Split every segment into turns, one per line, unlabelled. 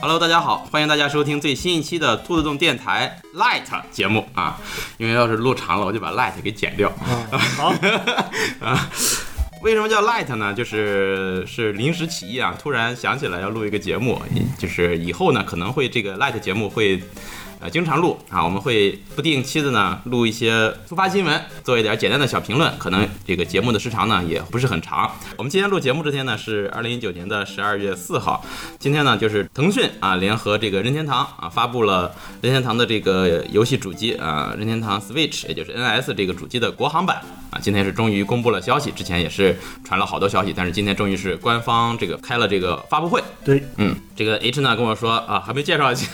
Hello，大家好，欢迎大家收听最新一期的兔子洞电台 Light 节目啊，因为要是录长了，我就把 Light 给剪掉。
好，
啊，为什么叫 light 呢？就是是临时起意啊，突然想起来要录一个节目，就是以后呢可能会这个 light 节目会。呃，经常录啊，我们会不定期的呢录一些突发新闻，做一点简单的小评论。可能这个节目的时长呢也不是很长。我们今天录节目这天呢是二零一九年的十二月四号，今天呢就是腾讯啊联合这个任天堂啊发布了任天堂的这个游戏主机啊任天堂 Switch 也就是 NS 这个主机的国行版啊，今天是终于公布了消息，之前也是传了好多消息，但是今天终于是官方这个开了这个发布会，
对，
嗯，这个 H 呢跟我说啊，还没介绍一下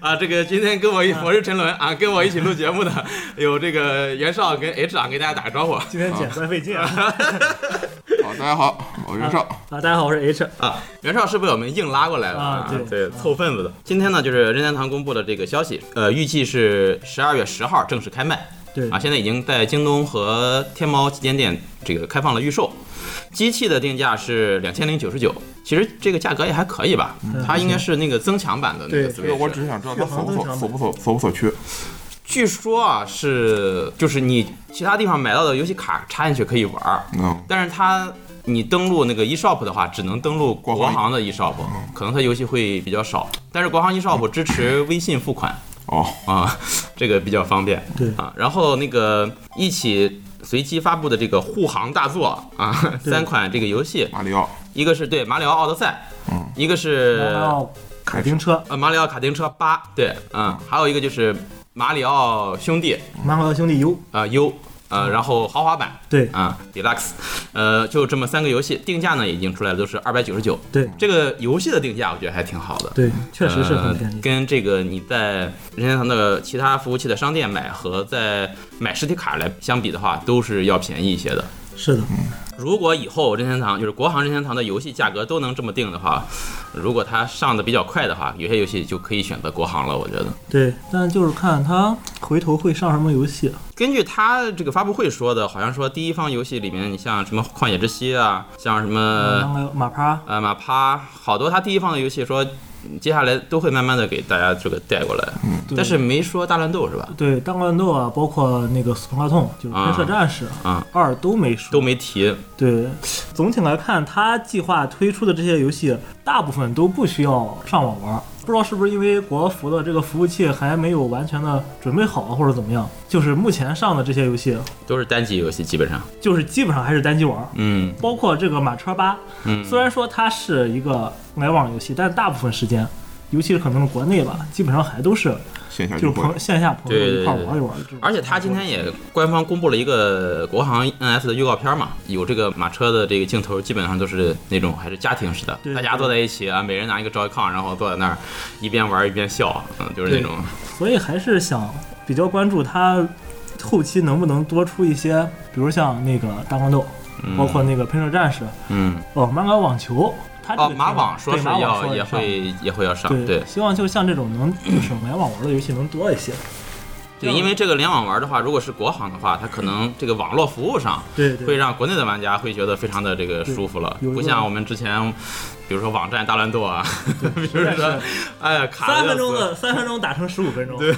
啊，这个今天跟我一我是陈伦啊，跟我一起录节目的有这个袁绍跟 H 啊，给大家打个招呼
今天简单费劲啊！
好，大家好，我袁绍。
啊，大家好，我是 H，
啊。袁绍是被我们硬拉过来的
啊对
凑份子的。今天呢，就是任天堂公布的这个消息，呃，预计是十二月十号正式开卖
对
啊，现在已经在京东和天猫旗舰店这个开放了预售。机器的定价是两千零九十九，其实这个价格也还可以吧，它应该是那个增强版的那个
嗯对
Switch。
对，我只是想知道它锁不锁，锁不锁，锁不锁区。
据说啊是就是你其他地方买到的游戏卡插进去可以玩儿，
嗯，
但是它你登录那个 eShop 的话，只能登录国行的 eShop，可能它游戏会比较少。但是国行 eShop 支持微信付款
哦，
啊， 这个比较方便。
对
啊，然后那个一起随机发布的这个护航大作啊，
对
三款这个游戏，
马里奥，
一个是对马里奥奥德赛
嗯，
一个是
然后卡丁车，
呃马里奥卡丁车八，对，嗯，还有一个就是马里奥兄弟
马里奥兄弟 U，
啊 U，呃，然后豪华版。
对
啊，Deluxe，呃，就这么三个游戏，定价呢已经出来了，都是二百九十九。
对
这个游戏的定价，我觉得还挺好的。
对，确实是很便
呃
宜。
跟这个你在任天堂的其他服务器的商店买和在买实体卡来相比的话，都是要便宜一些的。
是的，
如果以后任天堂就是国行任天堂的游戏价格都能这么定的话，如果它上的比较快的话，有些游戏就可以选择国行了。我觉得，
对，但就是看他回头会上什么游戏。啊
根据他这个发布会说的，好像说第一方游戏里面，你像什么《旷野之息》啊，像什么
马里奥马趴，
呃，马趴好多他第一方的游戏说，嗯接下来都会慢慢的给大家这个带过来，
对
但是没说大乱斗是吧？
对大乱斗啊，包括那个斯普拉通，就是喷射战士
啊
二都没说，
都没提，
对，总体来看，他计划推出的这些游戏，大部分都不需要上网玩儿。不知道是不是因为国服的这个服务器还没有完全的准备好，或者怎么样？就是目前上的这些游戏，
都是单机游戏基本上。
就是基本上还是单机玩儿。
嗯
包括这个马车吧，
嗯
虽然说它是一个嗯来往游戏，但大部分时间，尤其是可能是国内吧，基本上还都是
线下
就
聚
是
会
朋。友线下朋
对
友
对
一块儿
对
玩一玩儿这种。
而且他今天也官方公布了一个国行 NS 的预告片嘛，有这个马车的这个镜头，基本上都是那种还是家庭式的，
对
大家坐在一起啊，每人拿一个 Joy-Con，然后坐在那儿一边玩一边笑，嗯，就是那种
所以还是想比较关注它后期能不能多出一些，比如像那个大乱斗，包括那个喷射战士，
嗯
哦，马里奥网球，它这
哦，
个
马网说
对
是
马网
要
说
也
上
会也会要上，
对，
对，
希望就像这种 能就是来往玩的游戏能多一些。
对，因为这个联网玩的话，如果是国行的话，它可能这个网络服务上
对
会
对
让国内的玩家会觉得非常的这个舒服了，
有一个
不像我们之前，比如说网站大乱斗啊，比如
实在
说，哎呀，卡得
三
要
分钟
死
的三分钟打成十五分钟，
对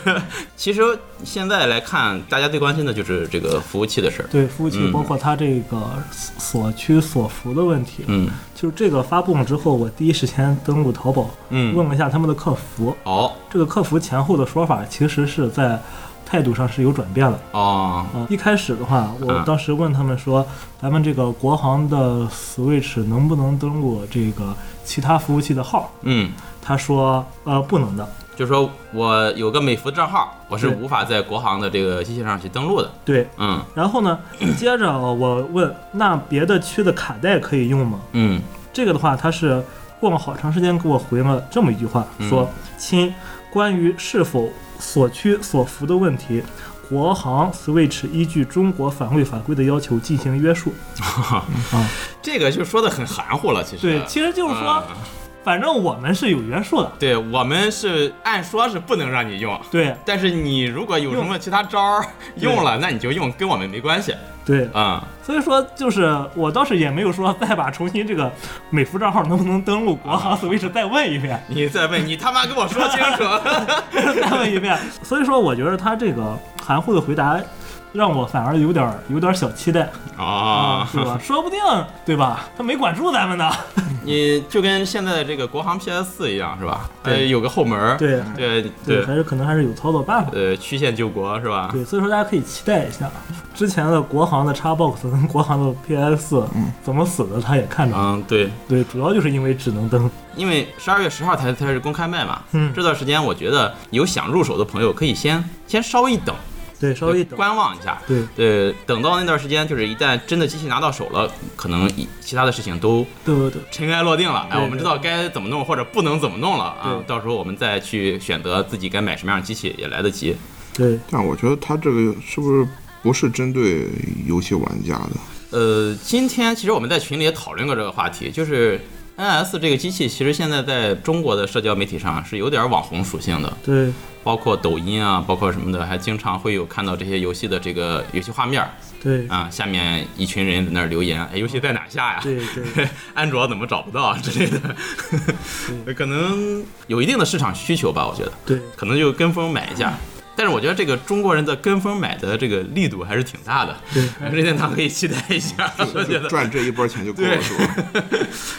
其实现在来看，大家最关心的就是这个服务器的事儿。
对，服务器
嗯
包括它这个所区所服的问题，
嗯
就是这个发布了之后，我第一时间登录淘宝
嗯，
问了一下他们的客服，
哦
这个客服前后的说法其实是在态度上是有转变的。
哦，
啊，一开始的话，我
啊
当时问他们说，咱们这个国行的 Switch 能不能登录这个其他服务器的号？
嗯，
他说，呃，不能的。
就说我有个美服账号，我是
对
无法在国行的这个机器上去登录的。
对，
嗯
然后呢，接着我问，那别的区的卡带可以用吗？
嗯
这个的话，他是过了好长时间给我回了这么一句话，说：“亲，关于是否所趋所服的问题，国行 Switch 依据中国法律法规的要求进行约束。
这个就说的很含糊了，其”实。
对，其实就是说，
嗯
反正我们是有约束的。
对我们是按说是不能让你用，
对
但是你如果有什么其他招儿
对
用了，那你就用，跟我们没关系。
对，
啊、
所以说就是我倒是也没有说再把重新这个美服账号能不能登录国行 Switch 再问一遍，
你再问，你他妈跟我说清 楚。
再问一遍。所以说，我觉得他这个含糊的回答，让我反而有点儿有点儿小期待
啊，
对 吧？说不定对吧？他没管住咱们呢。
你就跟现在的这个国行 PS 四一样是吧？呃，
对
有个后门儿，
对
对
对，
对，
还是可能还是有操作办法。
呃，曲线救国是吧？
对，所以说大家可以期待一下之前的国行的 Xbox 跟国行的 PS 怎么死的，他也看着了。
嗯，对，
对，主要就是因为只能登。
因为十二月十号才才是公开卖嘛，
嗯
这段时间我觉得有想入手的朋友可以先先稍微一等，
对，稍微一等。
观望一下。
对
对，等到那段时间，就是一旦真的机器拿到手了，可能一其他的事情都
对对对，
尘埃落定了。哎，
对
我们知道该怎么弄或者不能怎么弄了啊
对。
到时候我们再去选择自己该买什么样的机器也来得及。
对，
但我觉得他这个是不是不是针对游戏玩家的？
呃，今天其实我们在群里也讨论过这个话题，就是。NS 这个机器其实现在在中国的社交媒体上是有点网红属性的，
对，
包括抖音啊，包括什么的，还经常会有看到这些游戏的这个游戏画面儿
对，
啊、下面一群人在那儿留言，哎，游戏在哪下呀？
对 对
安卓怎么找不到啊之类的， 可能有一定的市场需求吧，我觉得，
对，
可能就跟风买一下。
嗯
但是我觉得这个中国人的跟风买的这个力度还是挺大的，
对
这点他可以期待一 下，我觉
就
得。
赚这一波钱就够了，
对
是吧？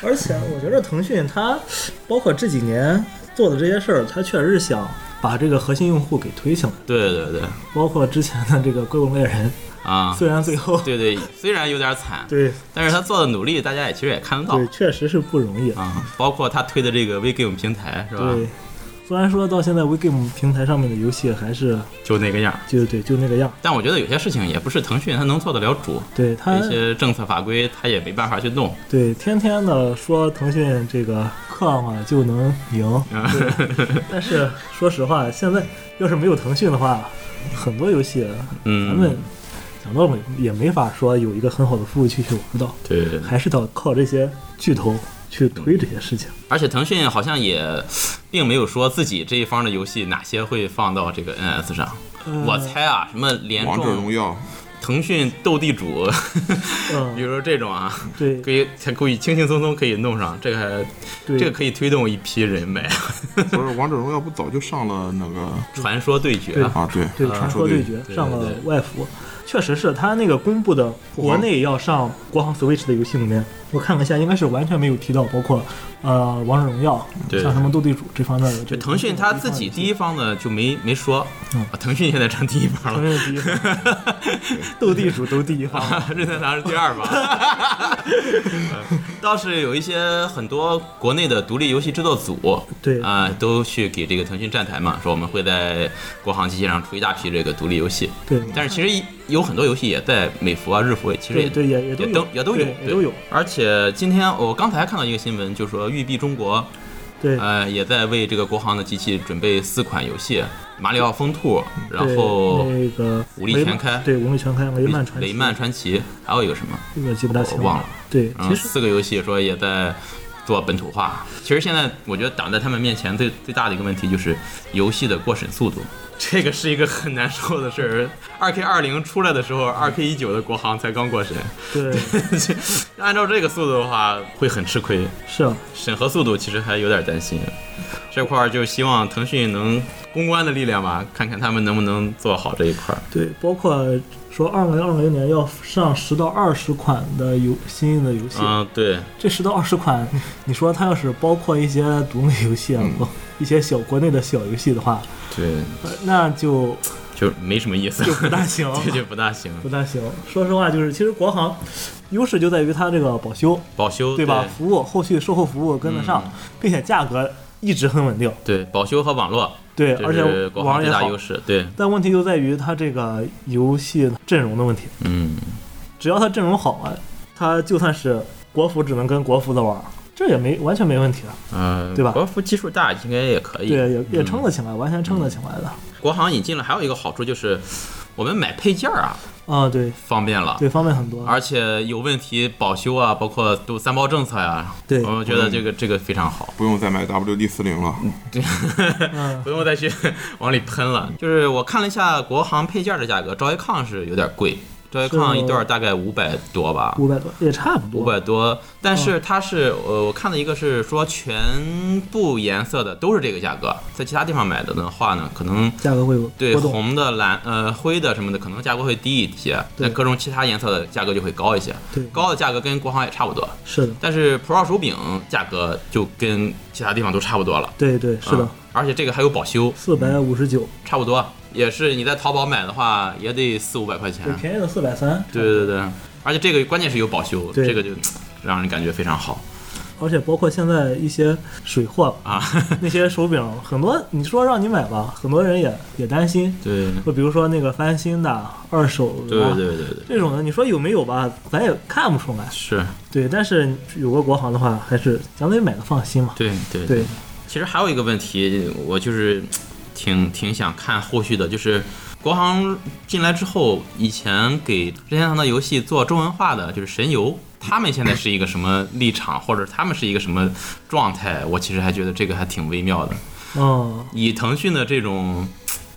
而且我觉得腾讯它，包括这几年做的这些事儿，它确实是想把这个核心用户给推起来。
对对对，
包括之前的这个《怪物猎人
啊》，，
虽然最后
对对，虽然有点惨，
对
但是他做的努力，大家也其实也看得到
对，确实是不容易。
啊。包括他推的这个 WeGame 平台是吧？
对，虽然说到现在 WeGame 平台上面的游戏还是
就那个样儿。
就对就那个样，
但我觉得有些事情也不是腾讯他能做得了主，
对它
一些政策法规他也没办法去弄。
对天天的说腾讯这个克嘛就能赢，
啊
对 但是说实话，现在要是没有腾讯的话，很多游戏咱们
嗯，
讲到尾也没法说有一个很好的服务器去玩到，
对对对。
还是得靠这些巨头去推这些事情。
而且腾讯好像也并没有说自己这一方的游戏哪些会放到这个 NS 上。
呃
我猜啊，什么联
王者荣
众、
耀，
腾讯斗地主，比
嗯，
如说这种啊，
对
可以才可以轻轻松松可以弄上，这个还
对
这个可以推动一批人买。
不是王者荣耀不早就上了那个
传说对决
对
啊，
啊？对，
对，
啊
传说对决
对
上了
对对
外服，确实是他那个公布的国内要上国行 Switch 的游戏里面，我看了一下，应该是完全没有提到，包括呃王者荣耀，
对
像什么斗地主这方面的。
就腾讯他自己第一方的就没没说，
嗯
啊腾讯现在占第一方了
腾。讯第一方， 斗地主都第一方，
任天堂是第二吧？ 倒是有一些很多国内的独立游戏制作组，
对
啊、都去给这个腾讯站台嘛，说我们会在国行机器上出一大批这个独立游戏。
对
但是其实有很多游戏也在美服啊、日服，其实
对
也
对也也都
也
有
都也都有
对也都有。
而且今天我刚才还看到一个新闻，就说育碧中国
对
呃也在为这个国行的机器准备四款游戏：马里奥风兔，然
对
后
那个
武力
雷
全
曼
开
对武力全开，雷曼传奇
雷曼传奇，还有一个什么？
这个记不大
我
清
忘了。
对，
嗯，
其实
四个游戏说也在做本土化。其实现在我觉得挡在他们面前最最大的一个问题就是游戏的过审速度，这个是一个很难受的事儿。二 K 二零出来的时候，二 K 一九的国行才刚过审，
对
按照这个速度的话会很吃亏，
是啊
审核速度其实还有点担心。这块儿就希望腾讯能公关的力量吧，看看他们能不能做好这一块儿。
对，包括说二零二零年要上十到二十款的游新的游戏，
嗯，对，
这十到二十 款，你说它要是包括一些独立游戏啊，
嗯
或一些小国内的小游戏的话，
对，
呃那 就
就没什么意思，，
就不大行
这 就不大行。
不大行。说实话，就是其实国行优势就在于它这个保修，
保修
对吧？服务后续售后服务跟得
嗯
上，并且价格一直很稳定，
对，保修和网络，
对，
这
而且
是国行
网
最
也
大
好。
优势。对，
但问题就在于它这个游戏阵容的问题。
嗯，
只要他阵容好啊，他就算是国服只能跟国服的玩儿，这也没完全没问题啊。
呃，
对吧
国服基数大，应该也可以。
对，也也
嗯
撑得起来，完全撑得起来的。
国行引进了还有一个好处就是，我们买配件儿啊
啊，对
方便了。
对，方便很多。
而且有问题保修啊，包括都三包政策呀、
对
我觉得这个这个非常好，
不用再买 WD 四零了。
嗯，
不用再去往里喷了。就是我看了一下国行配件儿的价格，赵一康是有点贵， ，Joy-Con 一段大概五百多吧，
五百多也差不多，
五百多，但是
嗯
它是呃，我看了一个是说全部颜色的都是这个价格，在其他地方买的的话呢，可能
价格会有
对
波动。
红的、蓝呃灰的什么的，可能价格会低一些，
对
但各种其他颜色的价格就会高一些，
对，
高的价格跟国行也差不多，
是的，
但是 Pro 手柄价格就跟其他地方都差不多了，
对对是的
嗯，而且这个还有保修，
四百五十九，
差不多也是你在淘宝买的话也得四五百块钱
对，，便宜的四百三，
嗯对对对，而且这个关键是有保修，
对
这个就让人感觉非常好
而且包括现在一些水货，
啊。
那些手柄，很多你说让你买吧，很多人也也担心，
对
就比如说那个翻新的、二手的
对
啊，
对对对，
这种的，你说有没有吧，咱也看不出来。
是
对，但是有个国行的话，还是咱得买个放心嘛。
对对
对，
其实还有一个问题，我就是挺挺想看后续的，就是国行进来之后，以前给任天堂的游戏做中文化的就是神游。他们现在是一个什么立场，或者他们是一个什么状态？我其实还觉得这个还挺微妙的。
嗯，
以腾讯的这种，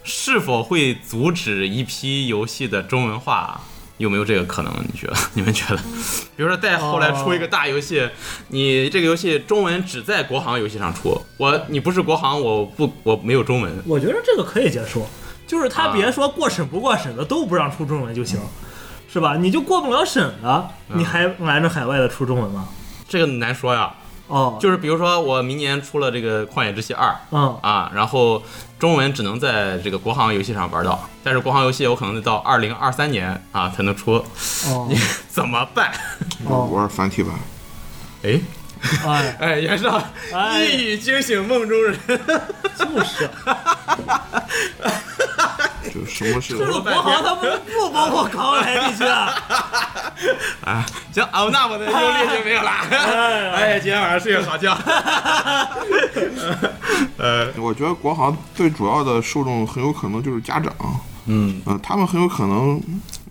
是否会阻止一批游戏的中文化？有没有这个可能？你觉得？ 你们觉得？比如说，再后来出一个大游戏，你这个游戏中文只在国行游戏上出，我你不是国行，我不我没有中文。
我觉得这个可以接受，就是他
啊
别说过审不过审的都不让出中文就行，是吧？你就过不了审了，
嗯
你还拦着海外的出中文吗？
这个难说呀。
哦，
就是比如说，我明年出了这个《旷野之息二》
嗯，
啊，然后中文只能在这个国行游戏上玩到，但是国行游戏我可能得到二零二三年啊才能出，
哦，
怎么办？
哦，
玩繁体版，
哎
哎，
哎，袁绍，
哎
一语惊醒梦中人。
就是。
就什么 是
就是国行他们不包括港澳台地区 啊。哎
行哦，那我的忧虑就没有了。哎，今天晚上睡个好觉。呃，
我觉得国行最主要的受众很有可能就是家长，
嗯，
呃，他们很有可能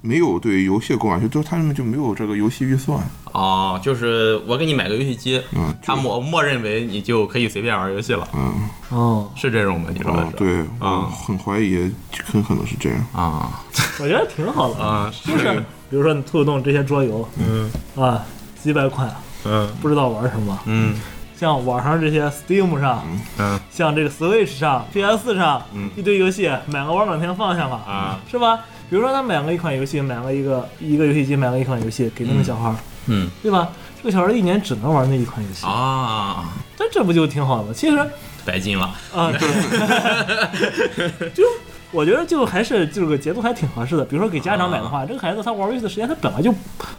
没有对游戏购买，就就是他们就没有这个游戏预算，
哦，就是我给你买个游戏机，
嗯，就
他默默认为你就可以随便玩游戏了，
嗯，
哦，
是这种吗？你说的
哦，
是？
对，
嗯
我很怀疑，很可能是这样。
啊
我觉得挺好
嗯
的，
啊，
就是比如说你兔子洞这些桌游
嗯
啊，几百款，
嗯
不知道玩什么。
嗯
像网上这些 Steam 上，
嗯
像这个 Switch 上、PS 上，一堆游戏，买个玩两天放下嘛，
啊
是吧？比如说他买了一款游戏，买了一个一个游戏机，买了一款游戏给那个小孩儿，
嗯
对吧？这个小孩儿一年只能玩那一款游戏，
啊，
那这不就挺好的吗？其 实
白金了。
啊，对， 就我觉得就还是就是个节奏还挺合适的。比如说给家长买的话，这个孩子他玩游戏的时间他本来就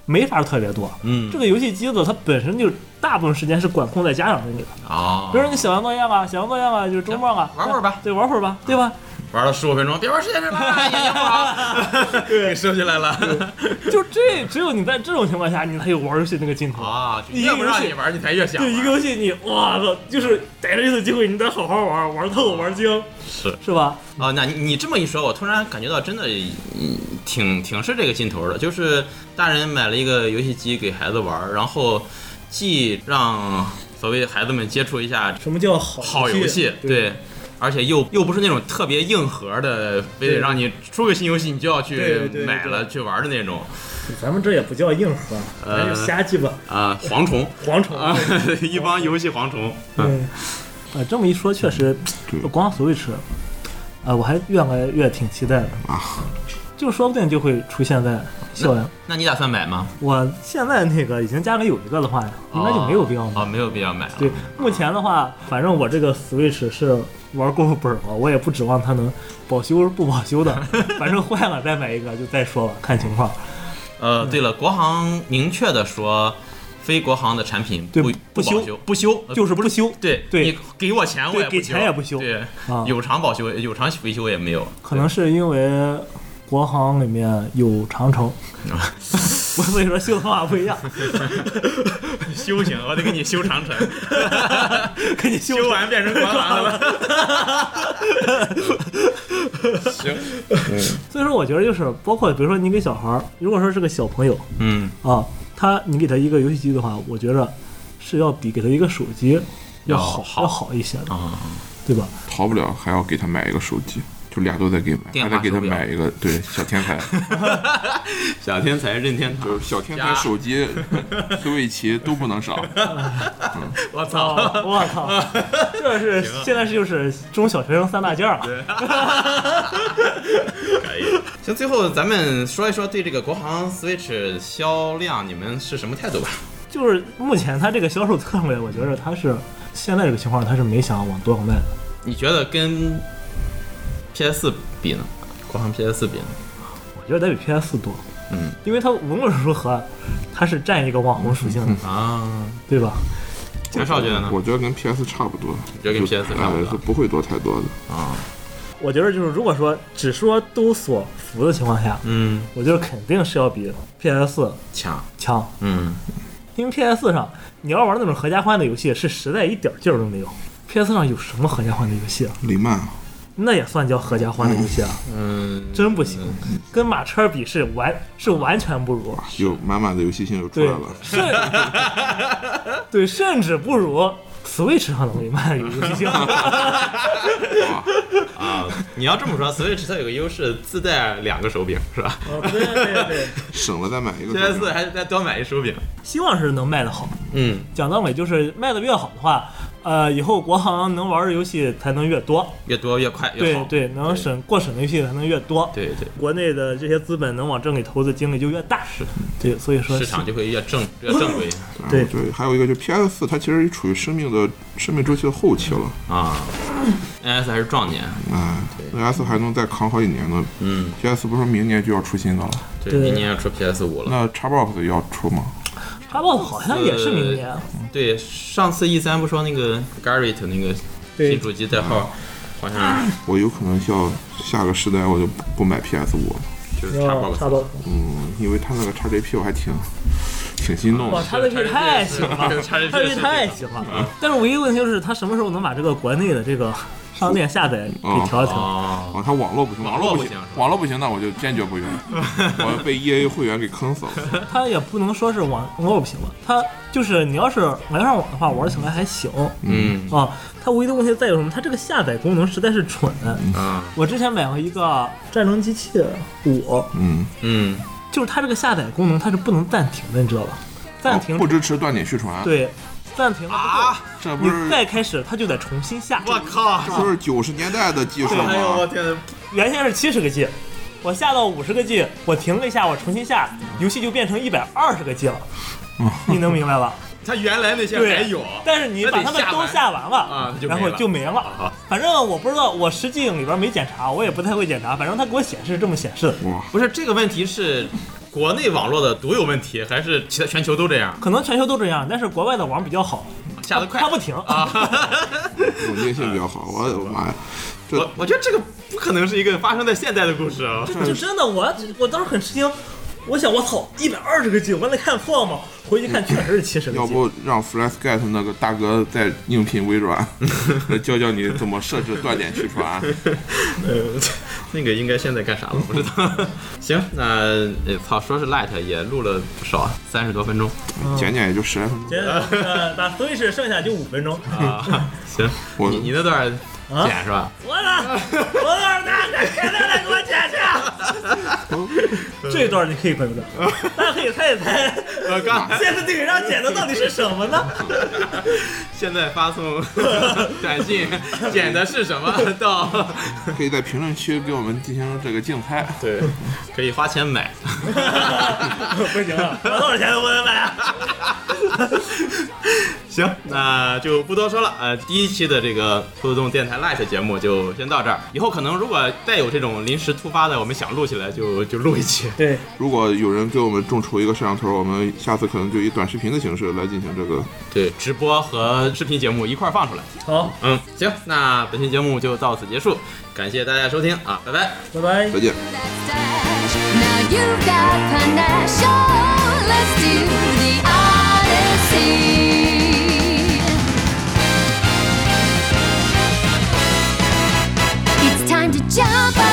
没法特别多。
啊嗯
这个游戏机子它本身就大部分时间是管控在家长那里的，
哦
比如说你写完作业吧，写完作业吧，就是周末吧，
玩会儿吧
对，玩会儿吧，对吧？
玩了十五分钟，别玩时 间睡吧，眼睛不好，给收起来了。
就这，只有你在这种情况下，你才有玩游戏那个劲头。
啊，就
一个
越不
游
让
戏
你玩，你才越想
对
玩。
一个游戏你，哇操，就是逮着一次机会，你得好好玩，玩透玩精，
是
是吧？
啊，那你你这么一说，我突然感觉到真的嗯挺挺是这个劲头的，就是大人买了一个游戏机给孩子玩儿，然后既让所谓孩子们接触一下
什么叫好
好游戏，对。而且又又不是那种特别硬核的，非得
对
让你出个新游戏你就要去
对对对
买了去玩的那种，
咱们这也不叫硬核，咱
呃
就瞎鸡巴
啊，蝗虫
蝗虫。
啊， 一帮游戏蝗虫，
嗯，呃，这么一说，确实，
对
光 Switch，呃，我还越来越挺期待的
啊，
就说不定就会出现在校园。
那你打算买吗？
我现在那个已经家里有一个的话，应该就没有必要买。
啊，没有必要买了。
对，目前的话，反正我这个 Switch 是玩够本了，我也不指望它能保修 不保修的，反正坏了再买一个就再说吧，看情况。
呃，对了，国行明确的说，非国行的产品
对
不
不
保
修
修，不修呃
就是不修，
对
对
你给我钱我
对
也
给钱也不修
对，
啊
有偿保修有偿维修也没有，
可能是因为国行里面有 长城，我所以说修的方法不一样，
对 修行，我得给你修长城，
给你修
修完变成国行了。
所以说，我觉得就是包括比如说你给小孩儿，如果说是个小朋友
嗯，
啊，他你给他一个游戏机的话，我觉着是要比给他一个手机
要
要好
好
要好一些的，
啊，
对吧？
逃不了还要给他买一个手机，就俩都在给买，
电
还
话
得给他
手表
买一个对小 天才，
小天才任天堂
就，是小天
加
才手机、苏维奇都不能少。
我
哦
操！
我靠，这是现在是就是中小学生三大件儿了。啊
可以。行，最后咱们说一说对这个国行 Switch 销量，你们是什么态度吧？
就是目前它这个销售策略，我觉得它是现在这个情况，它是没想往多往卖的。
你觉得跟 PS 比呢？国行 PS 比呢？
我觉得得比 PS 4多，
嗯，
因为它无论如何，它是占一个网红属性的，
啊，
对吧？
钱少觉得呢？
我觉得跟 PS 差不多，
觉得跟 PS 差不多
呃是不会多太多的。
啊，
我觉得就是如果说只说都所服的情况下，
嗯，
我觉得肯定是要比 PS 4
强，
强，
嗯，
因为 PS 4上你要玩那种合家欢的游戏，是实在一点劲儿都没有。PS 上有什么合家欢的游戏啊？
雷曼
那也算叫合家欢的游戏啊？
嗯，
真不行，跟马车比是完是完全不如。
有满满的游戏性就出
对
来了，，
甚对，甚至不如 Switch 上的雷曼有游戏 性。
哇，
啊，你要这么说，Switch 它有个优势，自带两个手柄是吧
对对对，
省了再买一个。
？PS 还再多买一手柄，
希望是能卖得好。
嗯，
讲到尾就是卖得越好的话，呃，以后国行能玩的游戏才能越多，
越多越快越
对
好，
对，能审过审的游戏才能越多。
对对
国内的这些资本能往这里投资精力就越大，是对，所以说
市场就会越 正越正规
然后
对
对，还有一个就 PS 四，它其实处于生命的生命周期的后期了，
啊。NS 还是壮年，
哎，NS 还能再扛好几年呢。
嗯，
PS 不是明年就要出新的了，
对，
对
明年要出 PS 五了。
那 Xbox 也要出吗？
Xbox 好像也是明年，
对，上次 E 三不说那个 Garrett 那个新
对
主机代号，好像
我有可能要下个世代我就不不买 PS 五了，
就是
然
差
后
不
差
多。
不多。
嗯，因为它那个 XGP 我还挺挺心动
哇，
的。
他这剧太行了，
差这
他这
这
剧太行了。但是唯一问题就是，他什么时候能把这个国内的 这个商店下载给调一调？
哦，
啊，它网络不行，
网络不
不
行是吧
网络不行，那我就坚 决不用。我要被 EA 会员给坑死了。
它也不能说是网络不行吧，它就是你要是玩上网的话，玩起来还行
嗯
啊。它唯一的问题在于什么？它这个下载功能实在是蠢。
嗯
啊
我之前买过一个《战争机器五》，
嗯，
嗯，
就是它这个下载功能它是不能暂停的，你知道吧？暂停、
哦不支持断点续传。，
对，暂停了
啊，
这
之
不
后，
是
你再开始它就得重新下。
我靠！
这不是九十年代的技术
哎呦我
吗？
天哪，
原先是七十个 G，我下到五十个 G，我停了一下，我重新下，游戏就变成一百二十个 G 了。你能明 白吧？
他原来那些
对
嗯还有，
但是你把它们都下完了，
啊就没了
然后就没了。反正我不知道，我实际里边没检查，我也不太会检查。反正它给我显示是这么显示的，
哇，
不是这个问题是国内网络的独有问题，还是其他全球都这样？
可能全球都这样，但是国外的网比较好，
下得快
它不停啊。
稳定性比较好。
哎
我的妈呀，这
我我觉得这个不可能是一个发生在现代的故事 啊！
就真的，我我当时很吃惊，我想我操，一百二十个 G，我能看错吗？回去看确实是七十个 G。
要不让 Flashget 那个大哥再应聘 微软，教教你怎么设置断点续传。
呃，那个应该现在干啥了？不知道。 行，那呃操，说是 light 也录了不少，三十多分钟
剪剪也就十来分钟。
行，呃，把 Switch 剩下就五分钟。
啊。 行，
我
你你那段
啊
剪是吧？
我的，我的耳朵，快点来给我剪 去！这段你可以关掉，大家可以猜一猜，
我刚
现在队上剪的到底是什么呢？
现在发 送短 信，剪的是什么？到
可以在评论区给我们进行这个竞猜。
对，可以花钱 买。
不行
啊
了， 我多少钱都不能买啊！
行，那就不多说了。呃，第一期的这个互动电台 Light 节目就先到这儿。以后可能如果再有这种临时突发的，我们想录起来就就录一期。
对，
如果有人给我们众筹一个摄像头，我们下次可能就以短视频的形式来进行这个。
对，直播和视频节目一块儿放出来。
好，
嗯，行，那本期节目就到此结束，感谢大家收听啊，拜拜。
拜拜
再。见。
Now you've got panache. Let's do the Odyssey. It's time to jump